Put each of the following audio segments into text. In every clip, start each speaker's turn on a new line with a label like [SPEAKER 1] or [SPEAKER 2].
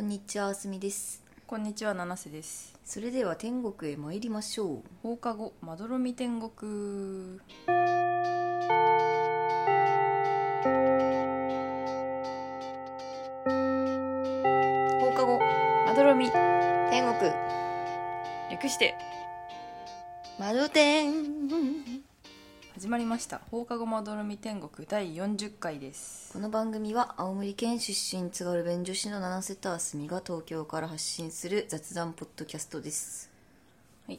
[SPEAKER 1] んにちは、あすみです。
[SPEAKER 2] こんにちは七瀬です
[SPEAKER 1] それでは天国へ参りましょう。
[SPEAKER 2] 放課後まどろみ天国
[SPEAKER 1] 放課後、
[SPEAKER 2] まどろみ
[SPEAKER 1] 天国、
[SPEAKER 2] 略して
[SPEAKER 1] 窓天。
[SPEAKER 2] 始まりました放課後まどろみ天国第40回です
[SPEAKER 1] この番組は青森県出身津軽弁女子の七瀬とあすみが東京から発信する雑談ポッドキャストです。
[SPEAKER 2] じ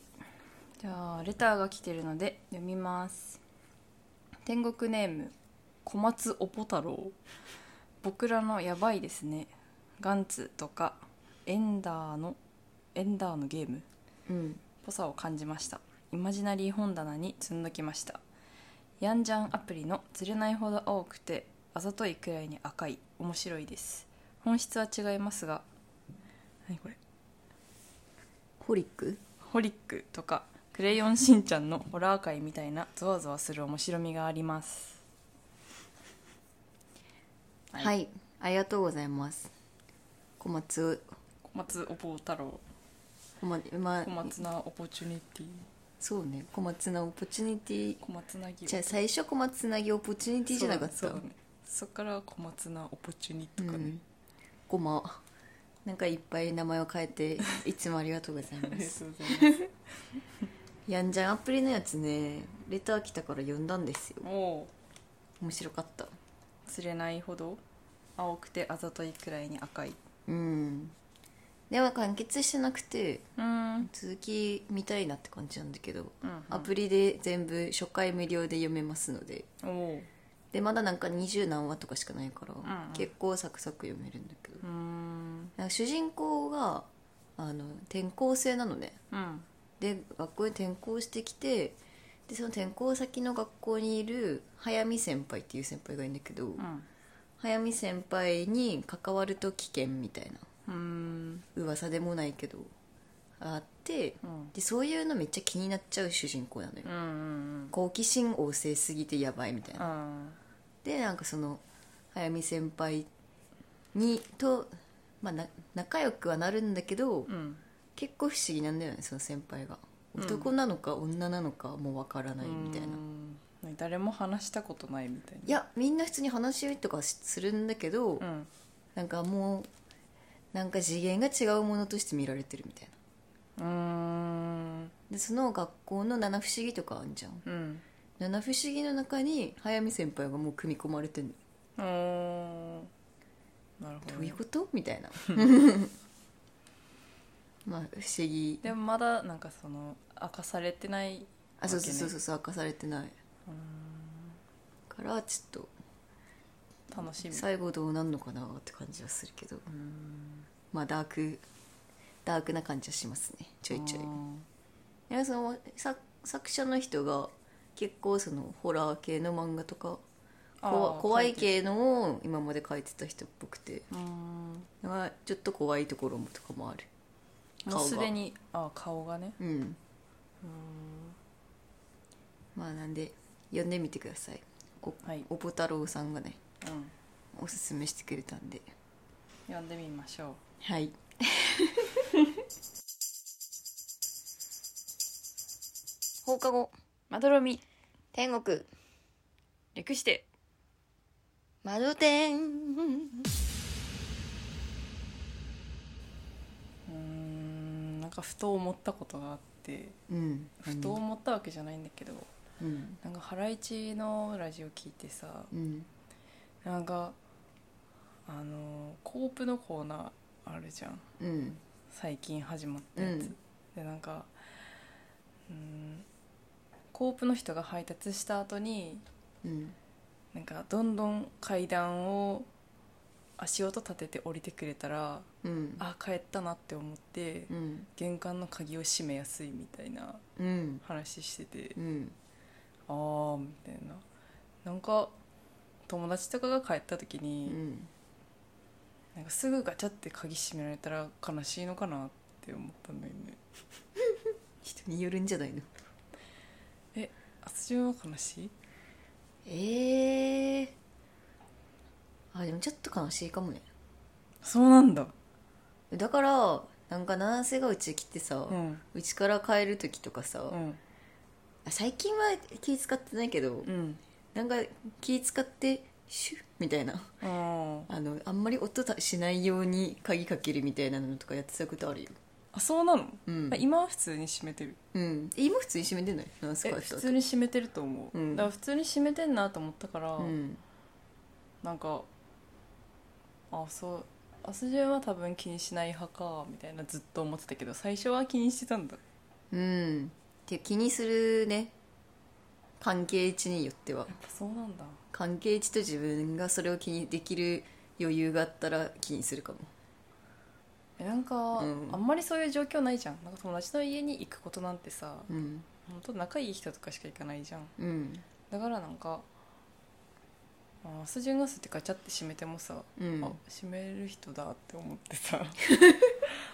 [SPEAKER 2] ゃあレターが来てるので読みます天国ネーム小松おぽ太郎僕らのやばいですねガンツとかエンダーのエンダーのゲーム
[SPEAKER 1] うん。
[SPEAKER 2] ぽさを感じましたイマジナリー本棚に積んどきましたヤンジャンアプリの釣れないほど青くてあざといくらいに赤い面白いです本質は違いますが何これ
[SPEAKER 1] ホリック
[SPEAKER 2] ホリックとかクレヨンしんちゃんのホラー界みたいなゾワゾワする面白みがあります
[SPEAKER 1] は、
[SPEAKER 2] はいい
[SPEAKER 1] ありがとうございます。小松、
[SPEAKER 2] 小松おぽ太郎
[SPEAKER 1] 小松、ま
[SPEAKER 2] 小松菜オポチュニティ
[SPEAKER 1] そうね、小松なオポチュニティ。
[SPEAKER 2] 小松菜ぎ
[SPEAKER 1] じゃあ最初小松なぎオポチュニティじゃなかった。
[SPEAKER 2] そうだねそっから小松菜オポチュニとかね、
[SPEAKER 1] うん、ごまなんかいっぱい名前を変えていつもありがとうござい
[SPEAKER 2] あ
[SPEAKER 1] ま
[SPEAKER 2] りが
[SPEAKER 1] す
[SPEAKER 2] とうございます
[SPEAKER 1] やんじゃんアプリのやつねレター来たから読んだんですよ
[SPEAKER 2] おう
[SPEAKER 1] 面白かった
[SPEAKER 2] 釣れないほど青くてあざといくらいに赤い
[SPEAKER 1] うんでは完結してなくて
[SPEAKER 2] うんうん
[SPEAKER 1] 続き見たいなって感じなんだけどアプリで全部初回無料で読めますので
[SPEAKER 2] おおう
[SPEAKER 1] でまだなんか二十何話とかしかないから、
[SPEAKER 2] んうん
[SPEAKER 1] 結構サクサク読めるんだけど
[SPEAKER 2] うーん
[SPEAKER 1] なんか主人公があの転校生なのね
[SPEAKER 2] うん
[SPEAKER 1] で学校に転校してきてでその転校先の学校にいる速見先輩っていう先輩がいるんだけど、
[SPEAKER 2] うん
[SPEAKER 1] 速見先輩に関わると危険みたいな
[SPEAKER 2] うーん
[SPEAKER 1] 噂でもないけどあって
[SPEAKER 2] うん
[SPEAKER 1] でそういうのめっちゃ気になっちゃう主人公なのよ、
[SPEAKER 2] うんうん
[SPEAKER 1] 好奇心旺盛すぎてやばいみたいな、
[SPEAKER 2] うん
[SPEAKER 1] でなんかその速見先輩にと、まあ、な仲良くはなるんだけど、
[SPEAKER 2] うん
[SPEAKER 1] 結構不思議なんだよねその先輩が
[SPEAKER 2] うん
[SPEAKER 1] 男なのか女なのかもわからないみたいな、
[SPEAKER 2] う
[SPEAKER 1] い
[SPEAKER 2] ーん誰も話したことないみたいな
[SPEAKER 1] やみんな普通に話とかするんだけど、
[SPEAKER 2] うん
[SPEAKER 1] なんかもうなんか次元が違うものとして見られてるみたいな
[SPEAKER 2] うーん
[SPEAKER 1] でその学校の七不思議とかあんじゃん
[SPEAKER 2] うん
[SPEAKER 1] 七不思議の中に速見先輩がもう組み込まれてる
[SPEAKER 2] おーなるほ
[SPEAKER 1] ど
[SPEAKER 2] ど
[SPEAKER 1] う
[SPEAKER 2] ね
[SPEAKER 1] いうことみた いなまあ不思議
[SPEAKER 2] でもまだなんかその明かされてない
[SPEAKER 1] あそうそうそうそうそう明かされてないからちょっと
[SPEAKER 2] 楽しみ
[SPEAKER 1] 最後どうなんのかなって感じはするけど
[SPEAKER 2] うーん
[SPEAKER 1] まあダークダークな感じはしますねちょいちょいいやその作作者の人が結構そのホラー系の漫画とか
[SPEAKER 2] あー
[SPEAKER 1] こわ怖
[SPEAKER 2] 書
[SPEAKER 1] い
[SPEAKER 2] て
[SPEAKER 1] 系のを今まで書いてた人っぽくて
[SPEAKER 2] うーん
[SPEAKER 1] だからちょっと怖いところもとかもある
[SPEAKER 2] もうすで
[SPEAKER 1] に
[SPEAKER 2] にあ顔がね
[SPEAKER 1] うんまあなんで読んでみてくださいお
[SPEAKER 2] はい、
[SPEAKER 1] おぼ太郎さんがね
[SPEAKER 2] うん、
[SPEAKER 1] おすすめしてくれたんで
[SPEAKER 2] 読んでみましょ
[SPEAKER 1] はい
[SPEAKER 2] う放課後まどろみ
[SPEAKER 1] 天国
[SPEAKER 2] 略して
[SPEAKER 1] 窓天
[SPEAKER 2] うーんなんかふと思ったことがあって
[SPEAKER 1] うん
[SPEAKER 2] ふと思ったわけじゃないんだけど、
[SPEAKER 1] うん
[SPEAKER 2] なんかハライチのラジオ聞いてさ
[SPEAKER 1] うん
[SPEAKER 2] なんかあのコープのコーナーあるじゃん
[SPEAKER 1] うん
[SPEAKER 2] 最近始まったや
[SPEAKER 1] う
[SPEAKER 2] つ、
[SPEAKER 1] ん
[SPEAKER 2] でなんかうーんコープの人が配達した後に
[SPEAKER 1] うん
[SPEAKER 2] なんかどんどん階段を足音立てて降りてくれたら
[SPEAKER 1] うん
[SPEAKER 2] あ帰ったなって思って
[SPEAKER 1] うん
[SPEAKER 2] 玄関の鍵を閉めやすいみたいな
[SPEAKER 1] うん
[SPEAKER 2] 話してて
[SPEAKER 1] うん
[SPEAKER 2] ああみたいななんか友達とかが帰った時
[SPEAKER 1] う
[SPEAKER 2] に、
[SPEAKER 1] ん
[SPEAKER 2] なんかすぐガチャって鍵閉められたら悲しいのかなって思ったんだよね
[SPEAKER 1] 人によるんじゃないの
[SPEAKER 2] あつじゅんは悲しい
[SPEAKER 1] ええあでもちょっと悲しいかもね
[SPEAKER 2] そうなんだ
[SPEAKER 1] だからなんか七瀬がうち来てさ
[SPEAKER 2] うん
[SPEAKER 1] うち、から帰る時とかさ、
[SPEAKER 2] うん
[SPEAKER 1] 最近は気使ってないけど、
[SPEAKER 2] うん
[SPEAKER 1] なんか気使ってシュッみたいな
[SPEAKER 2] あ
[SPEAKER 1] あのあんまり音たしないように鍵かけるみたいなのとかやってたことあるよ
[SPEAKER 2] そうなの、
[SPEAKER 1] うん
[SPEAKER 2] あ、今は普通に閉めてる
[SPEAKER 1] うん、今普通に閉めてない何す
[SPEAKER 2] え
[SPEAKER 1] か
[SPEAKER 2] 普通に閉めてると思う、
[SPEAKER 1] うん
[SPEAKER 2] だから普通に閉めてんなと思ったから、
[SPEAKER 1] うん
[SPEAKER 2] なんかあそう明日中は多分気にしない派かみたいなずっと思ってたけど最初は気にしてたんだ
[SPEAKER 1] うんて気にするね関係値によっては
[SPEAKER 2] やっぱそうなんだ
[SPEAKER 1] 関係値と自分がそれを気にできる余裕があったら気にするかも
[SPEAKER 2] えなんか、
[SPEAKER 1] うん
[SPEAKER 2] あんまりそういう状況ないじゃんなんか友達の家に行くことなんてさ
[SPEAKER 1] うん
[SPEAKER 2] 本当仲いい人とかしか行かないじゃん
[SPEAKER 1] うん
[SPEAKER 2] だからなんかあ明日中がすってガチャって閉めてもさ、
[SPEAKER 1] うん
[SPEAKER 2] あ閉める人だって思って さ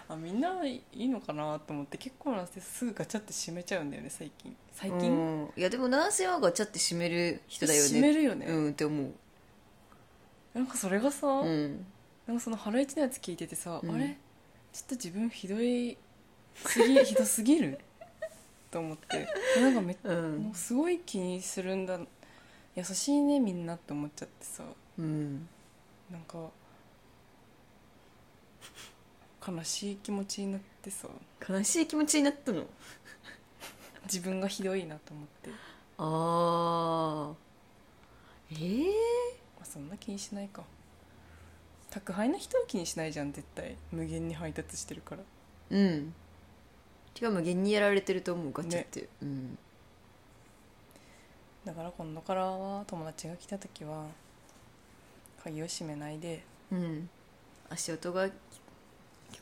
[SPEAKER 2] あみんないいのかなと思って結構なってすぐガチャって閉めちゃうんだよね最近最近、
[SPEAKER 1] うんいやでも男性はガチャって閉める人だよね
[SPEAKER 2] 閉めるよね
[SPEAKER 1] うんって思う
[SPEAKER 2] なんかそれがさ、
[SPEAKER 1] うん
[SPEAKER 2] なんかその「ハライチ」のやつ聞いててさ、
[SPEAKER 1] うん
[SPEAKER 2] あれちょっと自分ひどいすぎひどすぎると思ってなんかめっ
[SPEAKER 1] う
[SPEAKER 2] もうんすごい気にするんだ優しいねみんなって思っちゃってさ
[SPEAKER 1] うん
[SPEAKER 2] なんか悲しい気持ちになってさ
[SPEAKER 1] 悲しい気持ちになったの
[SPEAKER 2] 自分がひどいなと思って、ま
[SPEAKER 1] ああええ
[SPEAKER 2] あ、そんな気にしないか宅配の人は気にしないじゃん絶対無限に配達してるから
[SPEAKER 1] うんてか無限にやられてると思うガチャって、うん
[SPEAKER 2] だから今度からは友達が来た時は鍵を閉めないで
[SPEAKER 1] うん足音が聞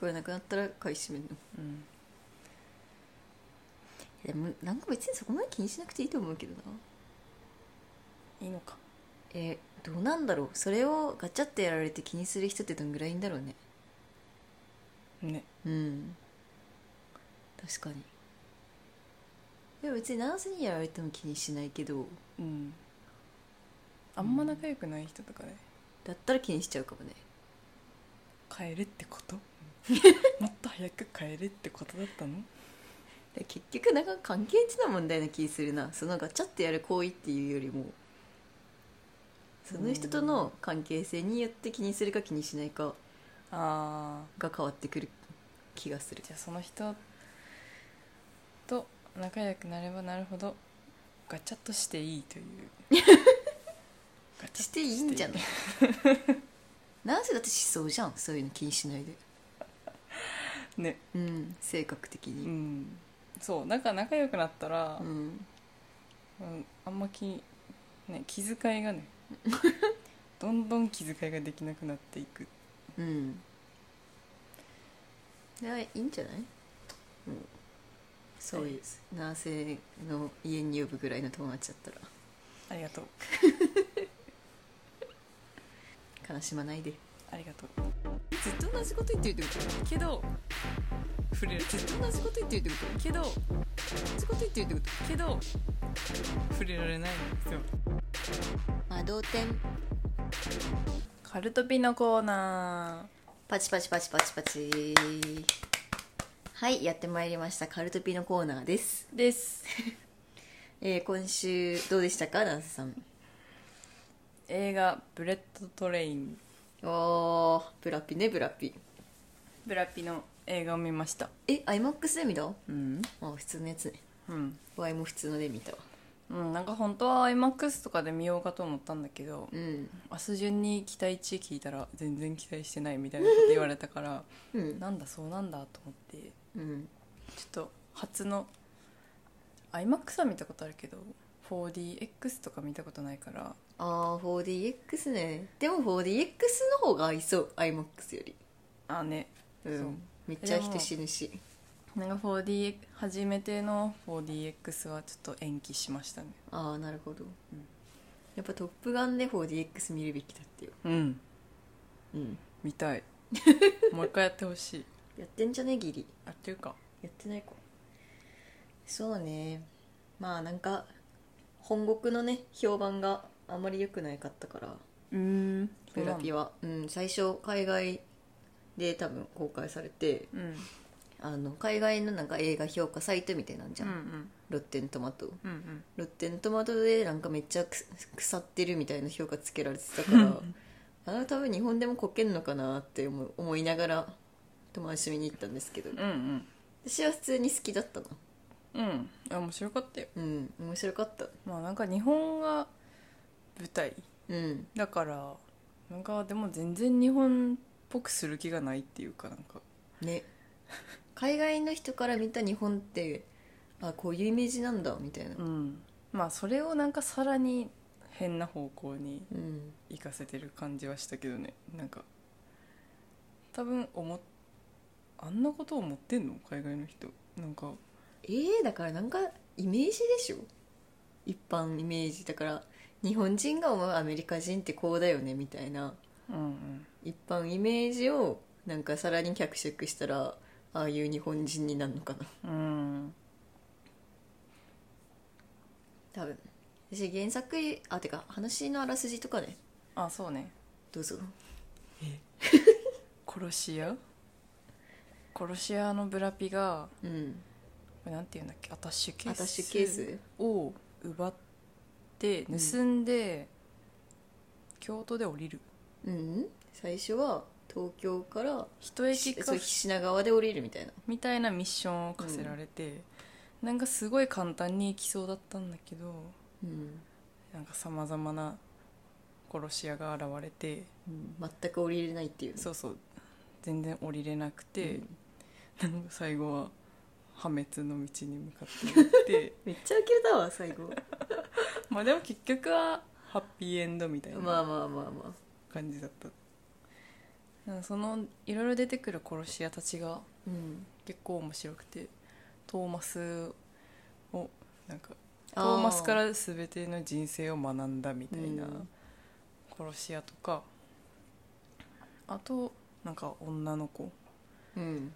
[SPEAKER 1] こえなくなったら買い占めるの
[SPEAKER 2] う
[SPEAKER 1] で
[SPEAKER 2] ん
[SPEAKER 1] もなんか別にそこまで気にしなくていいと思うけどない
[SPEAKER 2] いのか
[SPEAKER 1] えーどうなんだろうそれをガチャってやられて気にする人ってどんぐらいいんだろうね
[SPEAKER 2] ね
[SPEAKER 1] うん確かにでも別に何せにやられても気にしないけど
[SPEAKER 2] うんあんま仲良くない人とかね
[SPEAKER 1] だったら気にしちゃうかもね
[SPEAKER 2] 帰れって こともっと早く帰れってことだったの
[SPEAKER 1] で結局なんか関係値の問題な気するなそのガチャってやる行為っていうよりもその人との関係性によって気にするか気にしないか
[SPEAKER 2] あ
[SPEAKER 1] が変わってくる気がする
[SPEAKER 2] ーじゃあその人と仲良くなればなるほどガチャっとしてい いというガチャっと
[SPEAKER 1] していいんじゃないなんせだってしそうじゃんそういうの気にしないで
[SPEAKER 2] ね
[SPEAKER 1] うん性格的
[SPEAKER 2] う
[SPEAKER 1] に
[SPEAKER 2] んそうなんか仲良くなったら
[SPEAKER 1] う、ん
[SPEAKER 2] うんあんま気,、ね、気遣い がねどんどん気遣いができなくなっていく
[SPEAKER 1] うんいやいいんじゃない、うん、そういう男性の家に呼ぶぐらいの友達だったら
[SPEAKER 2] ありがとう
[SPEAKER 1] 悲しまないで
[SPEAKER 2] ありがとう
[SPEAKER 1] ずっと同じこと言ってるってこと
[SPEAKER 2] けど触れる
[SPEAKER 1] ずっと同じこと言ってるってこと
[SPEAKER 2] けど
[SPEAKER 1] 同じこと言ってるってこと
[SPEAKER 2] けど触れられないんですよ
[SPEAKER 1] 魔導天
[SPEAKER 2] カルトピのコーナ
[SPEAKER 1] パチパチパチパチパチはいやってまいりましたカルトピのコーナーです、
[SPEAKER 2] ーです
[SPEAKER 1] えー今週どうでしたかナンセさん
[SPEAKER 2] 映画「ブレッドトレイン
[SPEAKER 1] おーブラピねブラピ」
[SPEAKER 2] ブラピの映画を見ました
[SPEAKER 1] え iMAX で見たあ
[SPEAKER 2] うん
[SPEAKER 1] 普通のやつね
[SPEAKER 2] うん、
[SPEAKER 1] ワイも普通ので見たわ
[SPEAKER 2] うん、なんか本当は IMAX とかで見ようかと思ったんだけど
[SPEAKER 1] うん
[SPEAKER 2] 明日順に期待値聞いたら全然期待してないみたいなこと言われたから
[SPEAKER 1] うん
[SPEAKER 2] なんだそうなんだと思って
[SPEAKER 1] うん
[SPEAKER 2] ちょっと初の IMAX は見たことあるけど 4DX とか見たことないから
[SPEAKER 1] あー 4DX ねでも 4DX の方が合いそう iMAX より
[SPEAKER 2] あね
[SPEAKER 1] う
[SPEAKER 2] そうん
[SPEAKER 1] めっちゃ人死ぬし
[SPEAKER 2] なんか 4D 初めての 4DX はちょっと延期しましたね
[SPEAKER 1] ああなるほど、やっぱ「トップガン」で 4DX 見るべきだってよ、
[SPEAKER 2] うん
[SPEAKER 1] うん、
[SPEAKER 2] 見た いもう一回やってほしい
[SPEAKER 1] やってんじゃねギリ
[SPEAKER 2] あっていうか
[SPEAKER 1] やってないかそうねまあなんか本国のね評判があまり良くないかったから
[SPEAKER 2] うん
[SPEAKER 1] ブラピ
[SPEAKER 2] は
[SPEAKER 1] は、うん、最初海外で多分公開されて
[SPEAKER 2] うんうん
[SPEAKER 1] あの海外のなんか映画評価サイトみたいなんじゃん、
[SPEAKER 2] うん
[SPEAKER 1] ロッテントマト
[SPEAKER 2] うんうん
[SPEAKER 1] ロッテントマトでなんかめっちゃく腐ってるみたいな評価つけられてたからあの多分日本でもこけんのかなって思う思いながら友達と見に行ったんですけど
[SPEAKER 2] うん
[SPEAKER 1] 私は普通に好きだったな
[SPEAKER 2] うんうんいや面白かったよ
[SPEAKER 1] うん面白かった
[SPEAKER 2] まあなんか日本が舞台
[SPEAKER 1] うん
[SPEAKER 2] だからなんかでも全然日本っぽくする気がないっていうかなんか
[SPEAKER 1] ね 海外の人から見た日本ってあこういうイメージなんだみたいな
[SPEAKER 2] うんまあそれをなんかさらに変な方向に
[SPEAKER 1] うん
[SPEAKER 2] 行かせてる感じはしたけどねなんか多分思っあんなことを思ってんの海外の人なんか
[SPEAKER 1] えー、だからなんかイメージでしょ一般イメージだから日本人が思うアメリカ人ってこうだよねみたいな
[SPEAKER 2] うんうん
[SPEAKER 1] 一般イメージをなんかさらに脚色したらああいう日本人になるのかな
[SPEAKER 2] うん
[SPEAKER 1] 多分私原作あてか話のあらすじとかね
[SPEAKER 2] あそうね
[SPEAKER 1] どうぞ
[SPEAKER 2] 殺し屋殺し屋のブラピが
[SPEAKER 1] うん
[SPEAKER 2] これなんていうんだっけアタッシュケ
[SPEAKER 1] ア
[SPEAKER 2] ース
[SPEAKER 1] タッシュケース
[SPEAKER 2] を奪って盗んで、京都で降りる
[SPEAKER 1] うん最初は東京から
[SPEAKER 2] 一駅か
[SPEAKER 1] そう品川で降りるみたいな
[SPEAKER 2] みたいなミッションを課せられて、なんかすごい簡単に行きそうだったんだけど
[SPEAKER 1] うん、
[SPEAKER 2] なんかさまざまな殺し屋が現れて
[SPEAKER 1] 全く降りれないっていう
[SPEAKER 2] そうそう全然降りれなく
[SPEAKER 1] う
[SPEAKER 2] て、
[SPEAKER 1] ん
[SPEAKER 2] なんか最後は破滅の道に向かっていって
[SPEAKER 1] めっちゃ開けたわ最後
[SPEAKER 2] まあでも結局はハッピーエンドみたいな
[SPEAKER 1] まあまあまあまあ
[SPEAKER 2] 感じだった、うんそのいろいろ出てくる殺し屋たちが
[SPEAKER 1] うん
[SPEAKER 2] 結構面白くてトーマスをなんかトーマスから全ての人生を学んだみたいな
[SPEAKER 1] うん
[SPEAKER 2] 殺し屋とかあとなんか女の子
[SPEAKER 1] うん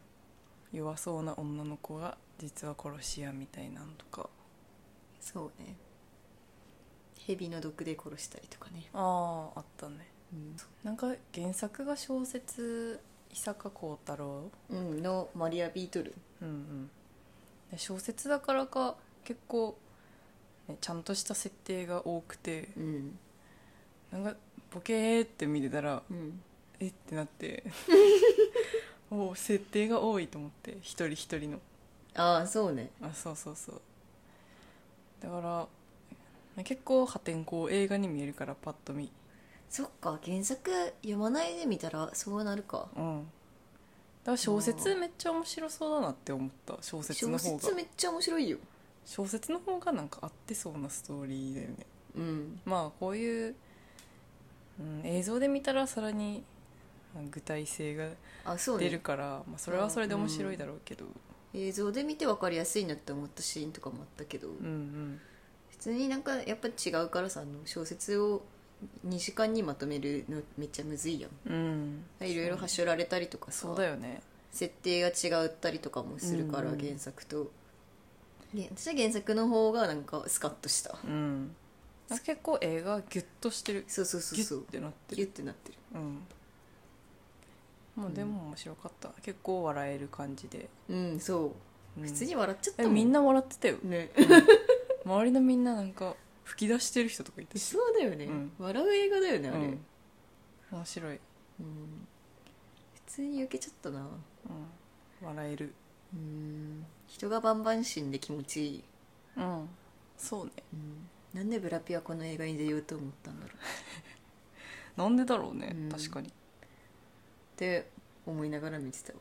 [SPEAKER 2] 弱そうな女の子が実は殺し屋みたいなのとか
[SPEAKER 1] そうね蛇の毒で殺したりとかね、
[SPEAKER 2] あああったね
[SPEAKER 1] うん
[SPEAKER 2] なんか原作が小説伊坂幸太郎
[SPEAKER 1] のマリア・ビートル
[SPEAKER 2] うんうんで小説だからか結構、ね、ちゃんとした設定が多くて
[SPEAKER 1] うん
[SPEAKER 2] なんかボケーって見てたら
[SPEAKER 1] うん
[SPEAKER 2] えってなって おう設定が多いと思って一人一人の
[SPEAKER 1] ああそうね
[SPEAKER 2] あそうそうそうだから結構破天荒映画に見えるからパッと見
[SPEAKER 1] そっか原作読まないで見たらそうなるか
[SPEAKER 2] うんだから小説めっちゃ面白そうだなって思った小説
[SPEAKER 1] 小
[SPEAKER 2] の方が
[SPEAKER 1] 説めっちゃ面白いよ
[SPEAKER 2] 小説の方がなんか合ってそうなストーリーだよね
[SPEAKER 1] うん
[SPEAKER 2] まあこういう、うん、映像で見たらさらにうん具体性が
[SPEAKER 1] あそう
[SPEAKER 2] 出る
[SPEAKER 1] ね
[SPEAKER 2] から、まあ、それはそれで面白いだろうけど、
[SPEAKER 1] 映像で見て分かりやすいなって思ったシーンとかもあったけど、
[SPEAKER 2] うんうん
[SPEAKER 1] 普通になんかやっぱ違うからさあの小説を2時間にまとめるのめっちゃむずいやん
[SPEAKER 2] うん
[SPEAKER 1] いろいろはしょられたりとかさ
[SPEAKER 2] そうだよね
[SPEAKER 1] 設定が違ったりとかもするから、
[SPEAKER 2] うん
[SPEAKER 1] 原作とで私は原作の方がなんかスカッとした
[SPEAKER 2] うんなんか結構映画ギュッとしてる
[SPEAKER 1] そうそうそう
[SPEAKER 2] ギュ
[SPEAKER 1] そ
[SPEAKER 2] ッっ
[SPEAKER 1] う
[SPEAKER 2] てなって
[SPEAKER 1] ギュ
[SPEAKER 2] る
[SPEAKER 1] ッてなってる
[SPEAKER 2] うんまあでも面白かった、結構笑える感じで、
[SPEAKER 1] うんそう
[SPEAKER 2] うん
[SPEAKER 1] 普通に笑っちゃった
[SPEAKER 2] え
[SPEAKER 1] もん
[SPEAKER 2] みんな笑ってたよ
[SPEAKER 1] ね
[SPEAKER 2] 周りのみんななんか吹き出してる人とかいたし
[SPEAKER 1] そうだよね、
[SPEAKER 2] うん
[SPEAKER 1] 笑う映画だよねあれ、
[SPEAKER 2] うん面白い、
[SPEAKER 1] うん普通に受けちゃったな
[SPEAKER 2] うん、笑える
[SPEAKER 1] うん人がバンバン死んで気持ちいい
[SPEAKER 2] うんそうね
[SPEAKER 1] うんなんでブラピはこの映画に出ようと思ったんだろうっ
[SPEAKER 2] なんでだろうね、
[SPEAKER 1] うん
[SPEAKER 2] 確かに
[SPEAKER 1] て思いながら見てたわ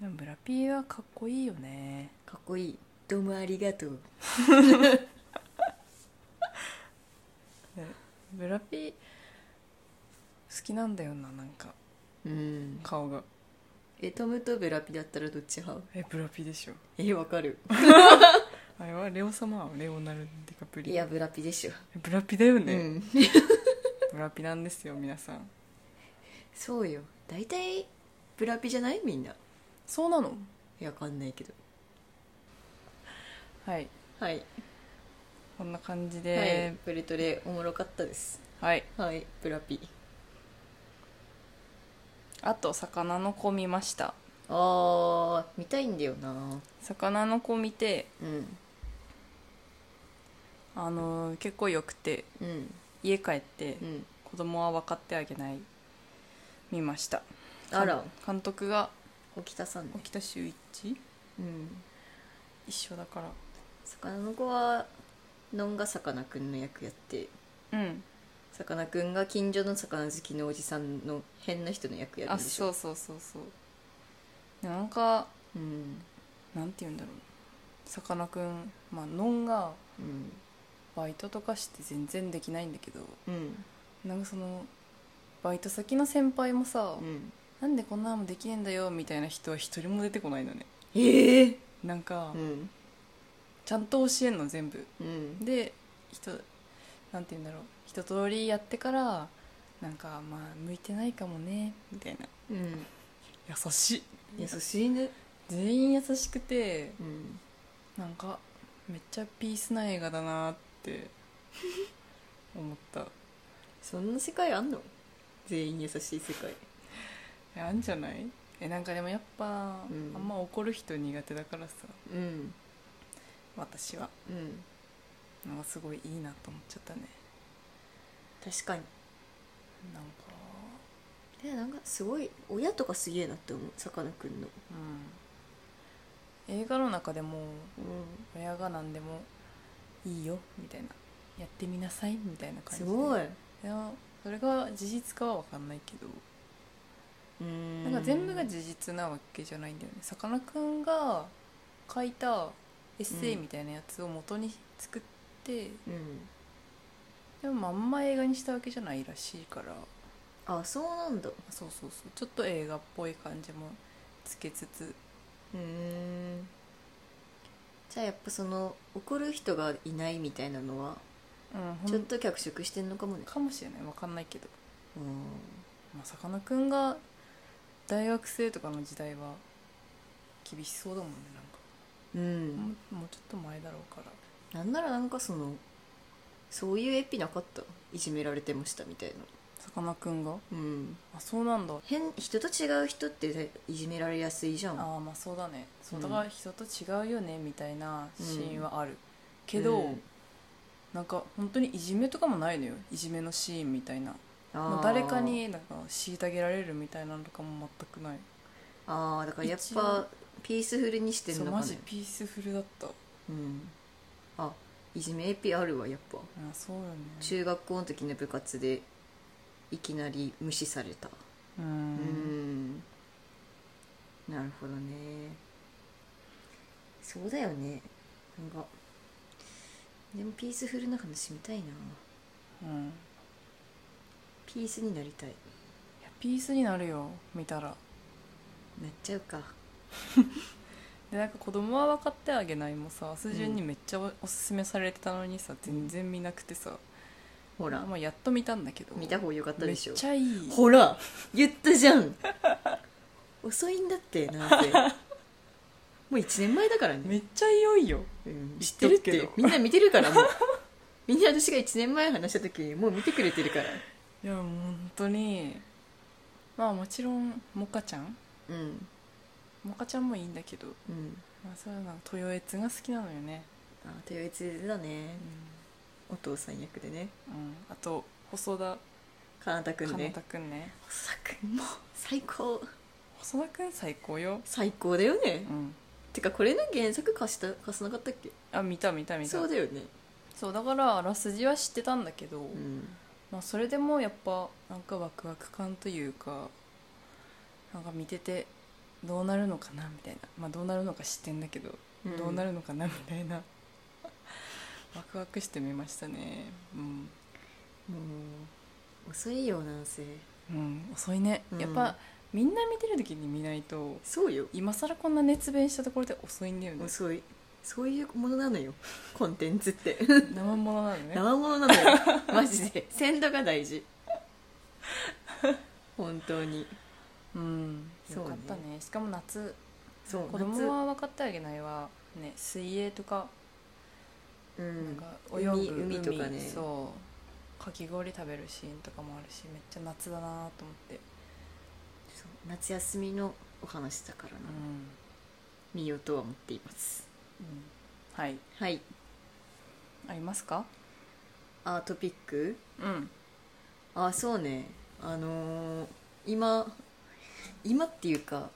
[SPEAKER 2] でもブラピーはかっこいいよね
[SPEAKER 1] かっこいいどうもありがとう
[SPEAKER 2] ブラピー好きなんだよななんか
[SPEAKER 1] うん
[SPEAKER 2] 顔が
[SPEAKER 1] えトムとブラピだったらどっち派
[SPEAKER 2] えブラピーでしょ
[SPEAKER 1] えわかる
[SPEAKER 2] あれはレオ様はレオナルド・ディカプリオ
[SPEAKER 1] いやブラピでしょ、
[SPEAKER 2] ブラピだよ
[SPEAKER 1] う
[SPEAKER 2] ね、
[SPEAKER 1] ん
[SPEAKER 2] ブラピなんですよ皆さん
[SPEAKER 1] そうよ大体ブラピじゃないみんな
[SPEAKER 2] そうなの
[SPEAKER 1] いやわかんないけど
[SPEAKER 2] はい
[SPEAKER 1] はい、
[SPEAKER 2] こんな感じで
[SPEAKER 1] はいプレトレおもろかったです
[SPEAKER 2] はい、
[SPEAKER 1] はいブラピ
[SPEAKER 2] あと魚の子見ました
[SPEAKER 1] あー見たいんだよな
[SPEAKER 2] 魚の子見て
[SPEAKER 1] うん
[SPEAKER 2] あのー結構よくて
[SPEAKER 1] うん
[SPEAKER 2] 家帰って
[SPEAKER 1] うん
[SPEAKER 2] 子供は分かってあげない見ました
[SPEAKER 1] あら
[SPEAKER 2] 監督が
[SPEAKER 1] 沖田さんね
[SPEAKER 2] 沖田修一
[SPEAKER 1] うん
[SPEAKER 2] 一緒だから
[SPEAKER 1] 魚の子はのんがさかなクンの役やって
[SPEAKER 2] うん
[SPEAKER 1] さかなクンが近所の魚好きのおじさんの変な人の役やるん
[SPEAKER 2] あ
[SPEAKER 1] でしょ
[SPEAKER 2] そうそうそうそうなんか
[SPEAKER 1] うん
[SPEAKER 2] なんて言うんだろうさかなクンまあのんが
[SPEAKER 1] うん
[SPEAKER 2] バイトとかして全然できないんだけど
[SPEAKER 1] うん
[SPEAKER 2] なんかそのバイト先の先輩もさ、
[SPEAKER 1] うん
[SPEAKER 2] なんでこんなのもできねえんだよみたいな人は一人も出てこないのね
[SPEAKER 1] ええ
[SPEAKER 2] なんか、
[SPEAKER 1] うん
[SPEAKER 2] ちゃんと教えんの全部
[SPEAKER 1] うん
[SPEAKER 2] で人なんて言うんだろう一通りやってからなんかまあ向いてないかもねみたいな
[SPEAKER 1] うん
[SPEAKER 2] 優しい
[SPEAKER 1] 優しいね
[SPEAKER 2] 全員優しくて
[SPEAKER 1] うん
[SPEAKER 2] なんかめっちゃピースな映画だなって思った
[SPEAKER 1] そんな世界あんの全員優しい世界
[SPEAKER 2] えあんじゃないえなんかでもやっぱ、
[SPEAKER 1] うん
[SPEAKER 2] あんま怒る人苦手だからさ
[SPEAKER 1] うん
[SPEAKER 2] 私は
[SPEAKER 1] うん
[SPEAKER 2] なんかすごいいいなと思っちゃったね
[SPEAKER 1] 確かに
[SPEAKER 2] なんか
[SPEAKER 1] でなんかすごい親とかすげえなって思うさかなクンの
[SPEAKER 2] うん映画の中でも
[SPEAKER 1] うん
[SPEAKER 2] 親が何でもいいよみたいなやってみなさいみたいな感
[SPEAKER 1] す
[SPEAKER 2] じで
[SPEAKER 1] ごい
[SPEAKER 2] でもそれが事実かは分かんないけど
[SPEAKER 1] うん
[SPEAKER 2] なんか全部が事実なわけじゃないんだよねさかなクンが書いたエッセイみたいなやつを元に作って、
[SPEAKER 1] うん
[SPEAKER 2] でもまんま映画にしたわけじゃないらしいから
[SPEAKER 1] あそうなんだ
[SPEAKER 2] そうそうそうちょっと映画っぽい感じもつけつつ
[SPEAKER 1] うんじゃあやっぱその怒る人がいないみたいなのは
[SPEAKER 2] うん
[SPEAKER 1] ち
[SPEAKER 2] ほ
[SPEAKER 1] ょっ
[SPEAKER 2] ん
[SPEAKER 1] と脚色してんのかもね
[SPEAKER 2] かもしれない分かんないけど、
[SPEAKER 1] うん
[SPEAKER 2] まあ、さかなクンが大学生とかの時代は厳しそうだもんねなんか、
[SPEAKER 1] うん
[SPEAKER 2] ももうちょっと前だろうから
[SPEAKER 1] なんならなんかそのそういうエピなかったいじめられてましたみたいな
[SPEAKER 2] さかなクンが
[SPEAKER 1] うん
[SPEAKER 2] あそうなんだ
[SPEAKER 1] 変人と違う人っていじめられやすいじゃん
[SPEAKER 2] ああまあそうだねそう
[SPEAKER 1] うん
[SPEAKER 2] だから人と違うよねみたいなシーンはある、けど、
[SPEAKER 1] うん
[SPEAKER 2] なんか本当にいじめとかもないのよいじめのシーンみたいなも
[SPEAKER 1] あ
[SPEAKER 2] う
[SPEAKER 1] ー
[SPEAKER 2] 誰かになんか虐げられるみたいなのとかも全くない
[SPEAKER 1] ああだからやっ
[SPEAKER 2] 一
[SPEAKER 1] ぱ
[SPEAKER 2] 応
[SPEAKER 1] ピースフルにしてん
[SPEAKER 2] そ
[SPEAKER 1] の
[SPEAKER 2] う
[SPEAKER 1] か
[SPEAKER 2] マ
[SPEAKER 1] ね
[SPEAKER 2] ジピースフルだったあ
[SPEAKER 1] うんあいじめエピあるわやっぱ
[SPEAKER 2] そうよね
[SPEAKER 1] 中学校の時の部活でいきなり無視されたう
[SPEAKER 2] う
[SPEAKER 1] んんなるほどねそうだよねなんかでもピースフルな話みたいな
[SPEAKER 2] うん
[SPEAKER 1] ピースになりたい
[SPEAKER 2] いやピースになるよ見たら
[SPEAKER 1] なっちゃうか
[SPEAKER 2] でなんか子供は分かってあげないもさ明日順にめっちゃおおすすめされてたのにさ全然見なくてさ、
[SPEAKER 1] ほら
[SPEAKER 2] まあ、やっと見たんだけど
[SPEAKER 1] 見た方がよかったでしょ
[SPEAKER 2] めっちゃいい
[SPEAKER 1] ほら言ったじゃん遅いんだってなんてもう1年前だからね
[SPEAKER 2] めっちゃ良いよ
[SPEAKER 1] うん
[SPEAKER 2] 言
[SPEAKER 1] 知
[SPEAKER 2] っ
[SPEAKER 1] って
[SPEAKER 2] と
[SPEAKER 1] るっ
[SPEAKER 2] くけど
[SPEAKER 1] てみんな見てるからも うみんな私が1年前話した時にもう見てくれてるから
[SPEAKER 2] いやもう本当にまあもちろんモカちゃん
[SPEAKER 1] うん
[SPEAKER 2] モカちゃんもいいんだけど、
[SPEAKER 1] うん
[SPEAKER 2] まあ、そういうのは豊悦が好きなのよね
[SPEAKER 1] あ手をつだね
[SPEAKER 2] う
[SPEAKER 1] お父さん役でね
[SPEAKER 2] ん、うんあと細田
[SPEAKER 1] かなたくん
[SPEAKER 2] かな
[SPEAKER 1] ね
[SPEAKER 2] たくんね
[SPEAKER 1] 細田くんもう最高
[SPEAKER 2] 細田くん最高よ
[SPEAKER 1] 最高だよね、
[SPEAKER 2] うん
[SPEAKER 1] てかこれの原作貸した貸さなかったっけ
[SPEAKER 2] あ見た見た見た
[SPEAKER 1] そうだよね
[SPEAKER 2] そうだからあらすじは知ってたんだけど、
[SPEAKER 1] うん
[SPEAKER 2] まあ、それでもやっぱなんかワクワク感というかなんか見ててどうなるのかなみたいなまあどうなるのか知ってんだけど、
[SPEAKER 1] うん
[SPEAKER 2] どうなるのかなみたいな ワクワクしてみましたねうん、
[SPEAKER 1] もう遅いよなんせ
[SPEAKER 2] うん、遅いね、
[SPEAKER 1] うん
[SPEAKER 2] やっぱみんな見てる時に見ないと
[SPEAKER 1] そうよ
[SPEAKER 2] 今更こんな熱弁したところで遅いんだよね
[SPEAKER 1] 遅いそういうものなのよコンテンツって
[SPEAKER 2] 生ものなのね
[SPEAKER 1] 生物なのよ マジで鮮度が大事本当に
[SPEAKER 2] うん
[SPEAKER 1] そ
[SPEAKER 2] よ
[SPEAKER 1] うね
[SPEAKER 2] かったねしかも夏
[SPEAKER 1] そう
[SPEAKER 2] 子供は分かってあげないわね水泳とか
[SPEAKER 1] 夏う
[SPEAKER 2] なん
[SPEAKER 1] ん
[SPEAKER 2] か泳ぐ
[SPEAKER 1] 海海とかね
[SPEAKER 2] そうかき氷食べるシーンとかもあるしめっちゃ夏だなと思って
[SPEAKER 1] そう夏休みのお話だからな、
[SPEAKER 2] うん
[SPEAKER 1] 見ようとは思っています
[SPEAKER 2] うんはい
[SPEAKER 1] はい
[SPEAKER 2] ありますか
[SPEAKER 1] あトピック
[SPEAKER 2] うん
[SPEAKER 1] あそうねあのー今今っていうか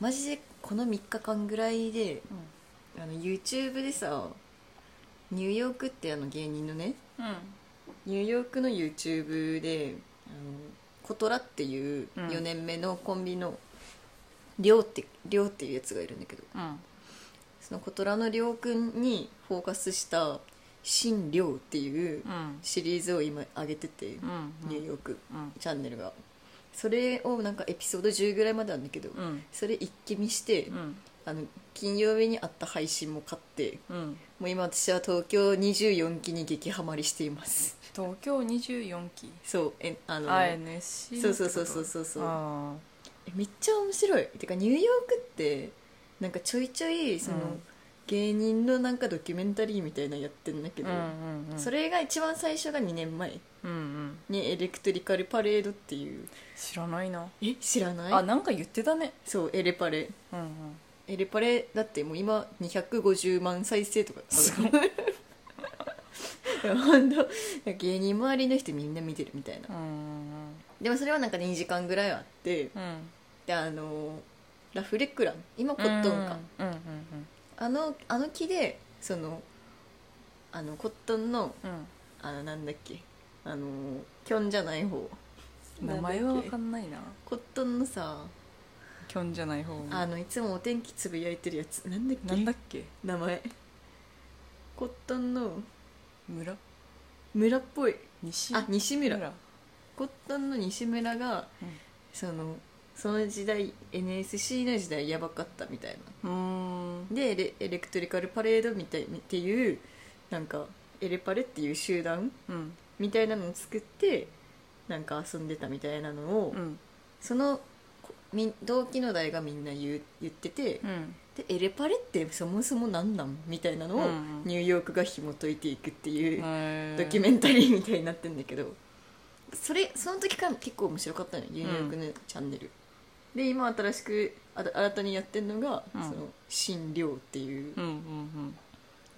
[SPEAKER 1] マジでこの3日間ぐらいであの YouTube でさニューヨークってあの芸人のね
[SPEAKER 2] うん
[SPEAKER 1] ニューヨークの YouTube であのコトラっていう
[SPEAKER 2] うん
[SPEAKER 1] 4年目のコンビのりょうってりょうっていうやつがいるんだけど
[SPEAKER 2] うん
[SPEAKER 1] そのコトラのりょうくんにフォーカスした「新りょう」っていう
[SPEAKER 2] うん
[SPEAKER 1] シリーズを今上げてて、
[SPEAKER 2] うん
[SPEAKER 1] ニューヨーク
[SPEAKER 2] うん
[SPEAKER 1] チャンネルがそれをなんかエピソード10ぐらいまであるんだけど、
[SPEAKER 2] うん
[SPEAKER 1] それ一気見して、
[SPEAKER 2] うん
[SPEAKER 1] あの金曜日にあった配信も買って
[SPEAKER 2] うん
[SPEAKER 1] もう今私は東京24期に激ハマりしています
[SPEAKER 2] 東京24期
[SPEAKER 1] そうえあの
[SPEAKER 2] INSC
[SPEAKER 1] そうそうそうそうそうそう
[SPEAKER 2] あ
[SPEAKER 1] えめっちゃ面白いてかニューヨークってなんかちょいちょいその、
[SPEAKER 2] うん
[SPEAKER 1] 芸人のなんかドキュメンタリーみたいなのやってんだけ
[SPEAKER 2] ー
[SPEAKER 1] ど、
[SPEAKER 2] うんうんうん
[SPEAKER 1] それが一番最初が2年前
[SPEAKER 2] うんうん
[SPEAKER 1] にエレクトリカルパレードっていう
[SPEAKER 2] 知らないな
[SPEAKER 1] え知らない
[SPEAKER 2] あなんか言ってたね
[SPEAKER 1] そうエレパレ
[SPEAKER 2] うんうん
[SPEAKER 1] エレパレだってもう今250万再生とか
[SPEAKER 2] すご
[SPEAKER 1] いやほんと芸人周りの人みんな見てるみたいな
[SPEAKER 2] うん
[SPEAKER 1] でもそれはなんか2時間ぐらいあって
[SPEAKER 2] うん
[SPEAKER 1] であのラフレクラン今コットンか
[SPEAKER 2] うんうん
[SPEAKER 1] あのあの木でそのあのコットンの
[SPEAKER 2] うんうん
[SPEAKER 1] あのなんだっけあのキョンじゃない方
[SPEAKER 2] 名前
[SPEAKER 1] な
[SPEAKER 2] は
[SPEAKER 1] んだ
[SPEAKER 2] 分
[SPEAKER 1] っ
[SPEAKER 2] か
[SPEAKER 1] け
[SPEAKER 2] んないな
[SPEAKER 1] コットンのさ
[SPEAKER 2] キョンじゃない方
[SPEAKER 1] あのいつもお天気つぶやいてるやつなんだっけ
[SPEAKER 2] なんだっけ
[SPEAKER 1] 名前コットンの
[SPEAKER 2] 村
[SPEAKER 1] 村っぽい
[SPEAKER 2] 西
[SPEAKER 1] あ西村
[SPEAKER 2] 村
[SPEAKER 1] コットンの西村が、
[SPEAKER 2] うん
[SPEAKER 1] そのその時代 NSC の時代やばかったみたいな
[SPEAKER 2] うーん
[SPEAKER 1] でエレエレクトリカルパレードみたいっていうなんかエレパレっていう集団
[SPEAKER 2] うん
[SPEAKER 1] みたいなのを作ってなんか遊んでたみたいなのを、
[SPEAKER 2] うん
[SPEAKER 1] そのこみ同期の代がみんな言う言ってて、
[SPEAKER 2] うん
[SPEAKER 1] でエレパレってそもそも何なんみたいなのを、
[SPEAKER 2] うんうん
[SPEAKER 1] ニューヨークが紐解いていくっていう、ド
[SPEAKER 2] ド
[SPEAKER 1] キュメンタリーみたいになってんだけどそれその時から結構面白かったのよニューヨークのチャンネル、で今新しくあ新たにやってるのが「
[SPEAKER 2] うん
[SPEAKER 1] その新寮」っていう、
[SPEAKER 2] うんうん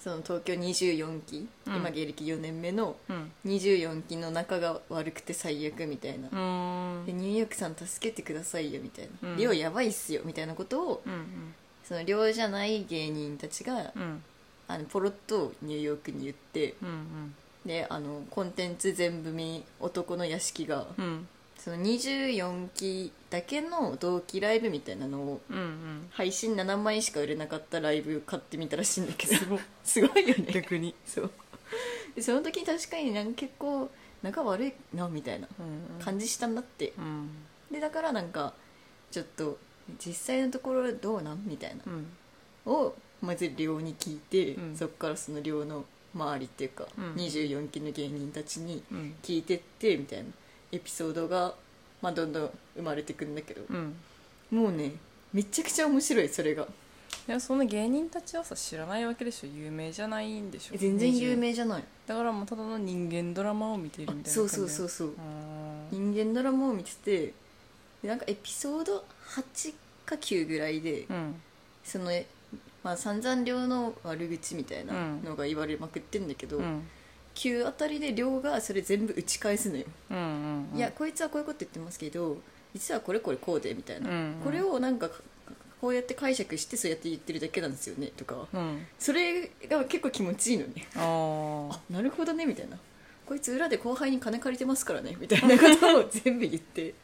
[SPEAKER 1] その東京24期、
[SPEAKER 2] うん
[SPEAKER 1] 今芸歴4年目の
[SPEAKER 2] うんうん
[SPEAKER 1] 24期の仲が悪くて最悪みたいな、
[SPEAKER 2] うーん
[SPEAKER 1] でニューヨークさん助けてくださいよみたいな「
[SPEAKER 2] うん
[SPEAKER 1] 寮、やばいっすよ」みたいなことを
[SPEAKER 2] うんうん
[SPEAKER 1] その寮じゃない芸人たちが、
[SPEAKER 2] うん
[SPEAKER 1] あのポロッとニューヨークに言って
[SPEAKER 2] うん
[SPEAKER 1] であのコンテンツ全部見男の屋敷が。
[SPEAKER 2] うんうん
[SPEAKER 1] その24期だけの同期ライブみたいなのを
[SPEAKER 2] うんうん
[SPEAKER 1] 配信7枚しか売れなかったライブ買ってみたらしいんだけど
[SPEAKER 2] すごい
[SPEAKER 1] すごいよね
[SPEAKER 2] 逆に
[SPEAKER 1] そうでその時に確かになんか結構仲悪いなみたいな
[SPEAKER 2] うん
[SPEAKER 1] 感じしたんだって
[SPEAKER 2] うん
[SPEAKER 1] でだからなんかちょっと実際のところどうなんみたいな
[SPEAKER 2] うん
[SPEAKER 1] をまず寮に聞いて、
[SPEAKER 2] うん
[SPEAKER 1] そっからその寮の周りっていうか、
[SPEAKER 2] うん
[SPEAKER 1] 24期の芸人たちに
[SPEAKER 2] うん
[SPEAKER 1] 聞いてってみたいなエピソードが、まあ、どんどん生まれてくんだけど
[SPEAKER 2] うん
[SPEAKER 1] もうねめちゃくちゃ面白いそれが
[SPEAKER 2] いやその芸人たちはさ知らないわけでしょ有名じゃないんでしょ
[SPEAKER 1] 全然有
[SPEAKER 2] 20
[SPEAKER 1] 名じゃない
[SPEAKER 2] だからもうただの人間ドラマを見ているみたいな
[SPEAKER 1] そうそうそううそう
[SPEAKER 2] ーん
[SPEAKER 1] 人間ドラマを見ててでなんかエピソード8か9ぐらいで
[SPEAKER 2] うん
[SPEAKER 1] その、まあ、散々量の悪口みたいなのが言われまくってんだけど、
[SPEAKER 2] うん
[SPEAKER 1] 9あたりで量がそれ全部打ち返すのよ、
[SPEAKER 2] うんうんうん
[SPEAKER 1] いやこいつはこういうこと言ってますけど実はこれこれこうでみたいな、
[SPEAKER 2] うんうん
[SPEAKER 1] これをなんかこうやって解釈してそうやって言ってるだけなんですよねとか
[SPEAKER 2] うん
[SPEAKER 1] それが結構気持ちいいのね
[SPEAKER 2] あー
[SPEAKER 1] あなるほどねみたいなこいつ裏で後輩に金借りてますからねみたいなことを全部言 って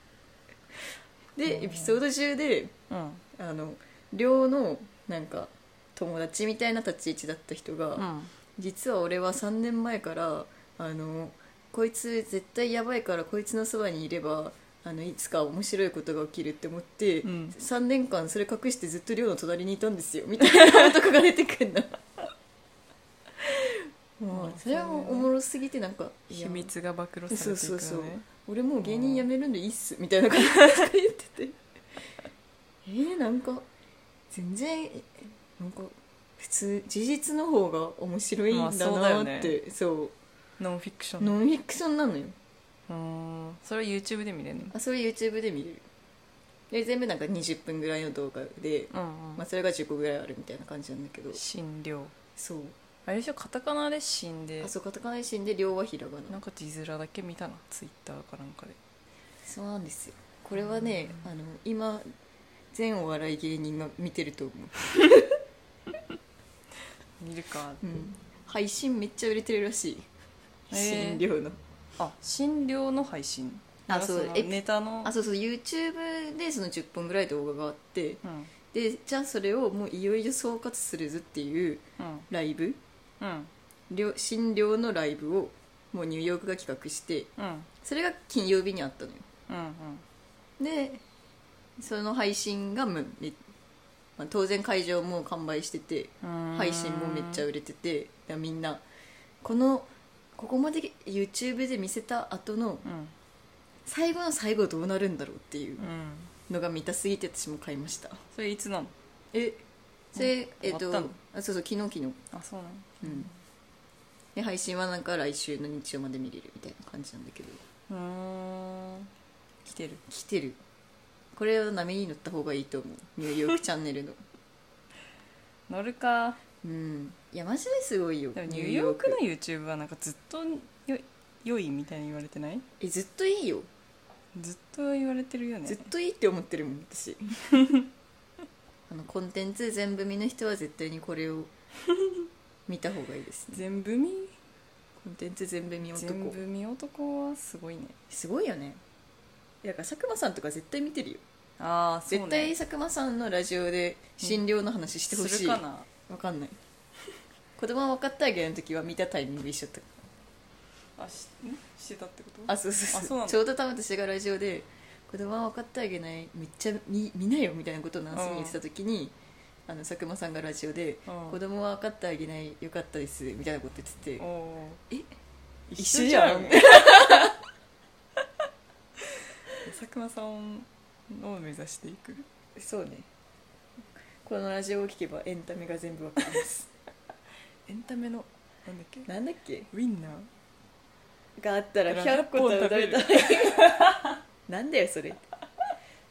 [SPEAKER 2] うん
[SPEAKER 1] でエピソード中で
[SPEAKER 2] うん
[SPEAKER 1] あの寮のなんか友達みたいな立ち位置だった人が、
[SPEAKER 2] うん
[SPEAKER 1] 実は俺は3年前からあのこいつ絶対やばいからこいつのそばにいればあのいつか面白いことが起きるって思って、
[SPEAKER 2] うん
[SPEAKER 1] 3年間それ隠してずっと寮の隣にいたんですよみたいな男が出てくるの もうそれはもうおもろすぎてなんかいや
[SPEAKER 2] 秘密が暴露されていく
[SPEAKER 1] そ
[SPEAKER 2] の
[SPEAKER 1] う
[SPEAKER 2] ね
[SPEAKER 1] そうそう俺もう芸人辞めるんでいいっすみたいな感じで言って てえー、なんか全然なんか普通事実の方が面白いんだ
[SPEAKER 2] ま
[SPEAKER 1] な
[SPEAKER 2] あ
[SPEAKER 1] って、そ
[SPEAKER 2] そう
[SPEAKER 1] う
[SPEAKER 2] だよねノンフィクション
[SPEAKER 1] ノンフィクションなのよ
[SPEAKER 2] うーんそれは YouTube で見れるの
[SPEAKER 1] あそれ YouTube で見れるで全部なんか20分ぐらいの動画で、
[SPEAKER 2] うんうん、
[SPEAKER 1] まあ、それが10個ぐらいあるみたいな感じなんだけど
[SPEAKER 2] 診療
[SPEAKER 1] そう
[SPEAKER 2] あれでしょカタカナで死んで
[SPEAKER 1] あそうカタカナで死んで両はひらがな
[SPEAKER 2] なんか字面だけ見たなツイッターかなんかで
[SPEAKER 1] そうなんですよこれはね、あの今全お笑い芸人が見てると思
[SPEAKER 2] 見るか
[SPEAKER 1] う、うん、配信めっちゃ売れてるらしい診
[SPEAKER 2] へー
[SPEAKER 1] 療の
[SPEAKER 2] あ診療の配信
[SPEAKER 1] あそう
[SPEAKER 2] なんかの
[SPEAKER 1] エピ
[SPEAKER 2] ネタの
[SPEAKER 1] あそうそう YouTube でその10本ぐらい動画があって
[SPEAKER 2] うん
[SPEAKER 1] でじゃあそれをもういよいよ総括するぞっていう
[SPEAKER 2] うん
[SPEAKER 1] ライブ
[SPEAKER 2] うん
[SPEAKER 1] 療診療のライブをもうニューヨークが企画して
[SPEAKER 2] うん
[SPEAKER 1] それが金曜日にあったのよ
[SPEAKER 2] うんうん
[SPEAKER 1] でその配信がむめまあ当然会場も完売してて
[SPEAKER 2] うーん
[SPEAKER 1] 配信もめっちゃ売れててだからみんなこのここまで YouTube で見せた後の
[SPEAKER 2] うん
[SPEAKER 1] 最後の最後どうなるんだろうっていう
[SPEAKER 2] うん
[SPEAKER 1] のが見たすぎて私も買いました
[SPEAKER 2] それいつなの
[SPEAKER 1] えそれ、えっと
[SPEAKER 2] 終わったの
[SPEAKER 1] あそうそう昨日昨日
[SPEAKER 2] あそうなの
[SPEAKER 1] うんで配信はなんか来週の日曜まで見れるみたいな感じなんだけど
[SPEAKER 2] うーん来てる
[SPEAKER 1] 来てるこれは波に乗った方がいいと思うニューヨークチャンネルの
[SPEAKER 2] 乗るか
[SPEAKER 1] うんいやマジですごいよ
[SPEAKER 2] でもニューヨークの
[SPEAKER 1] ニュ
[SPEAKER 2] YouTube はなんかずっとよ良いみたいに言われてない
[SPEAKER 1] えずっといいよ
[SPEAKER 2] ずっと言われてるよね
[SPEAKER 1] ずっといいって思ってるもん 私あのコンテンツ全部見の人は絶対にこれ を見た方がいいですね
[SPEAKER 2] 全部見
[SPEAKER 1] コンテンツ全部見
[SPEAKER 2] 全
[SPEAKER 1] 男
[SPEAKER 2] 部見男はすごいね
[SPEAKER 1] すごいよねだから佐久間さんとか絶対見てるよ、
[SPEAKER 2] ああそう
[SPEAKER 1] 絶対佐久間さんのラジオで診療の話してほし
[SPEAKER 2] す
[SPEAKER 1] い
[SPEAKER 2] るかな
[SPEAKER 1] わかんない子供は分かったあげるの時は見たタイミング一緒だった
[SPEAKER 2] あしんしてたってこと
[SPEAKER 1] あそうそう
[SPEAKER 2] あ
[SPEAKER 1] そ
[SPEAKER 2] そううなんだ
[SPEAKER 1] ちょうど多分私がラジオで「子供は分かってあげないめっちゃ見見ないよ」みたいなことをナンスに言ってた時に、あの佐久間さんがラジオで
[SPEAKER 2] う
[SPEAKER 1] 「
[SPEAKER 2] ん
[SPEAKER 1] 子供は分かってあげないよかったです」みたいなこと言ってて
[SPEAKER 2] おー
[SPEAKER 1] え
[SPEAKER 2] 一緒じゃん
[SPEAKER 1] 一
[SPEAKER 2] 佐久間さんを目指していく
[SPEAKER 1] そうねこのラジオを聞けばエンタメが全部わかります
[SPEAKER 2] エンタメのなんだっけ
[SPEAKER 1] なんだっけ
[SPEAKER 2] ウィンナー
[SPEAKER 1] があったら100個食べたい なんだよそれ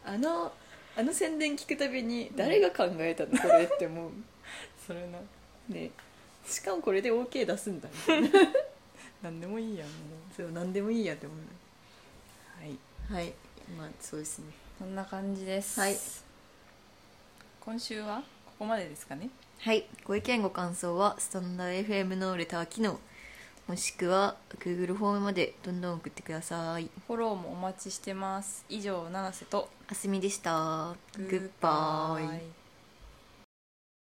[SPEAKER 1] あのあの宣伝聞くたびに誰が考えたのこれって思
[SPEAKER 2] それな
[SPEAKER 1] うねしかもこれで OK 出すんだみたいな
[SPEAKER 2] 何でもいいやんも
[SPEAKER 1] そう何でもいいやって思う
[SPEAKER 2] う
[SPEAKER 1] は
[SPEAKER 2] はい
[SPEAKER 1] いまあそうですね
[SPEAKER 2] そんな感じです
[SPEAKER 1] はい
[SPEAKER 2] 今週はここまでですかね
[SPEAKER 1] はいご意見ご感想はスタンダー FM のレター機能もしくは Google フォームまでどんどん送ってください
[SPEAKER 2] フォローもお待ちしてます以上七瀬と
[SPEAKER 1] あすみでしたグッバイ
[SPEAKER 2] イ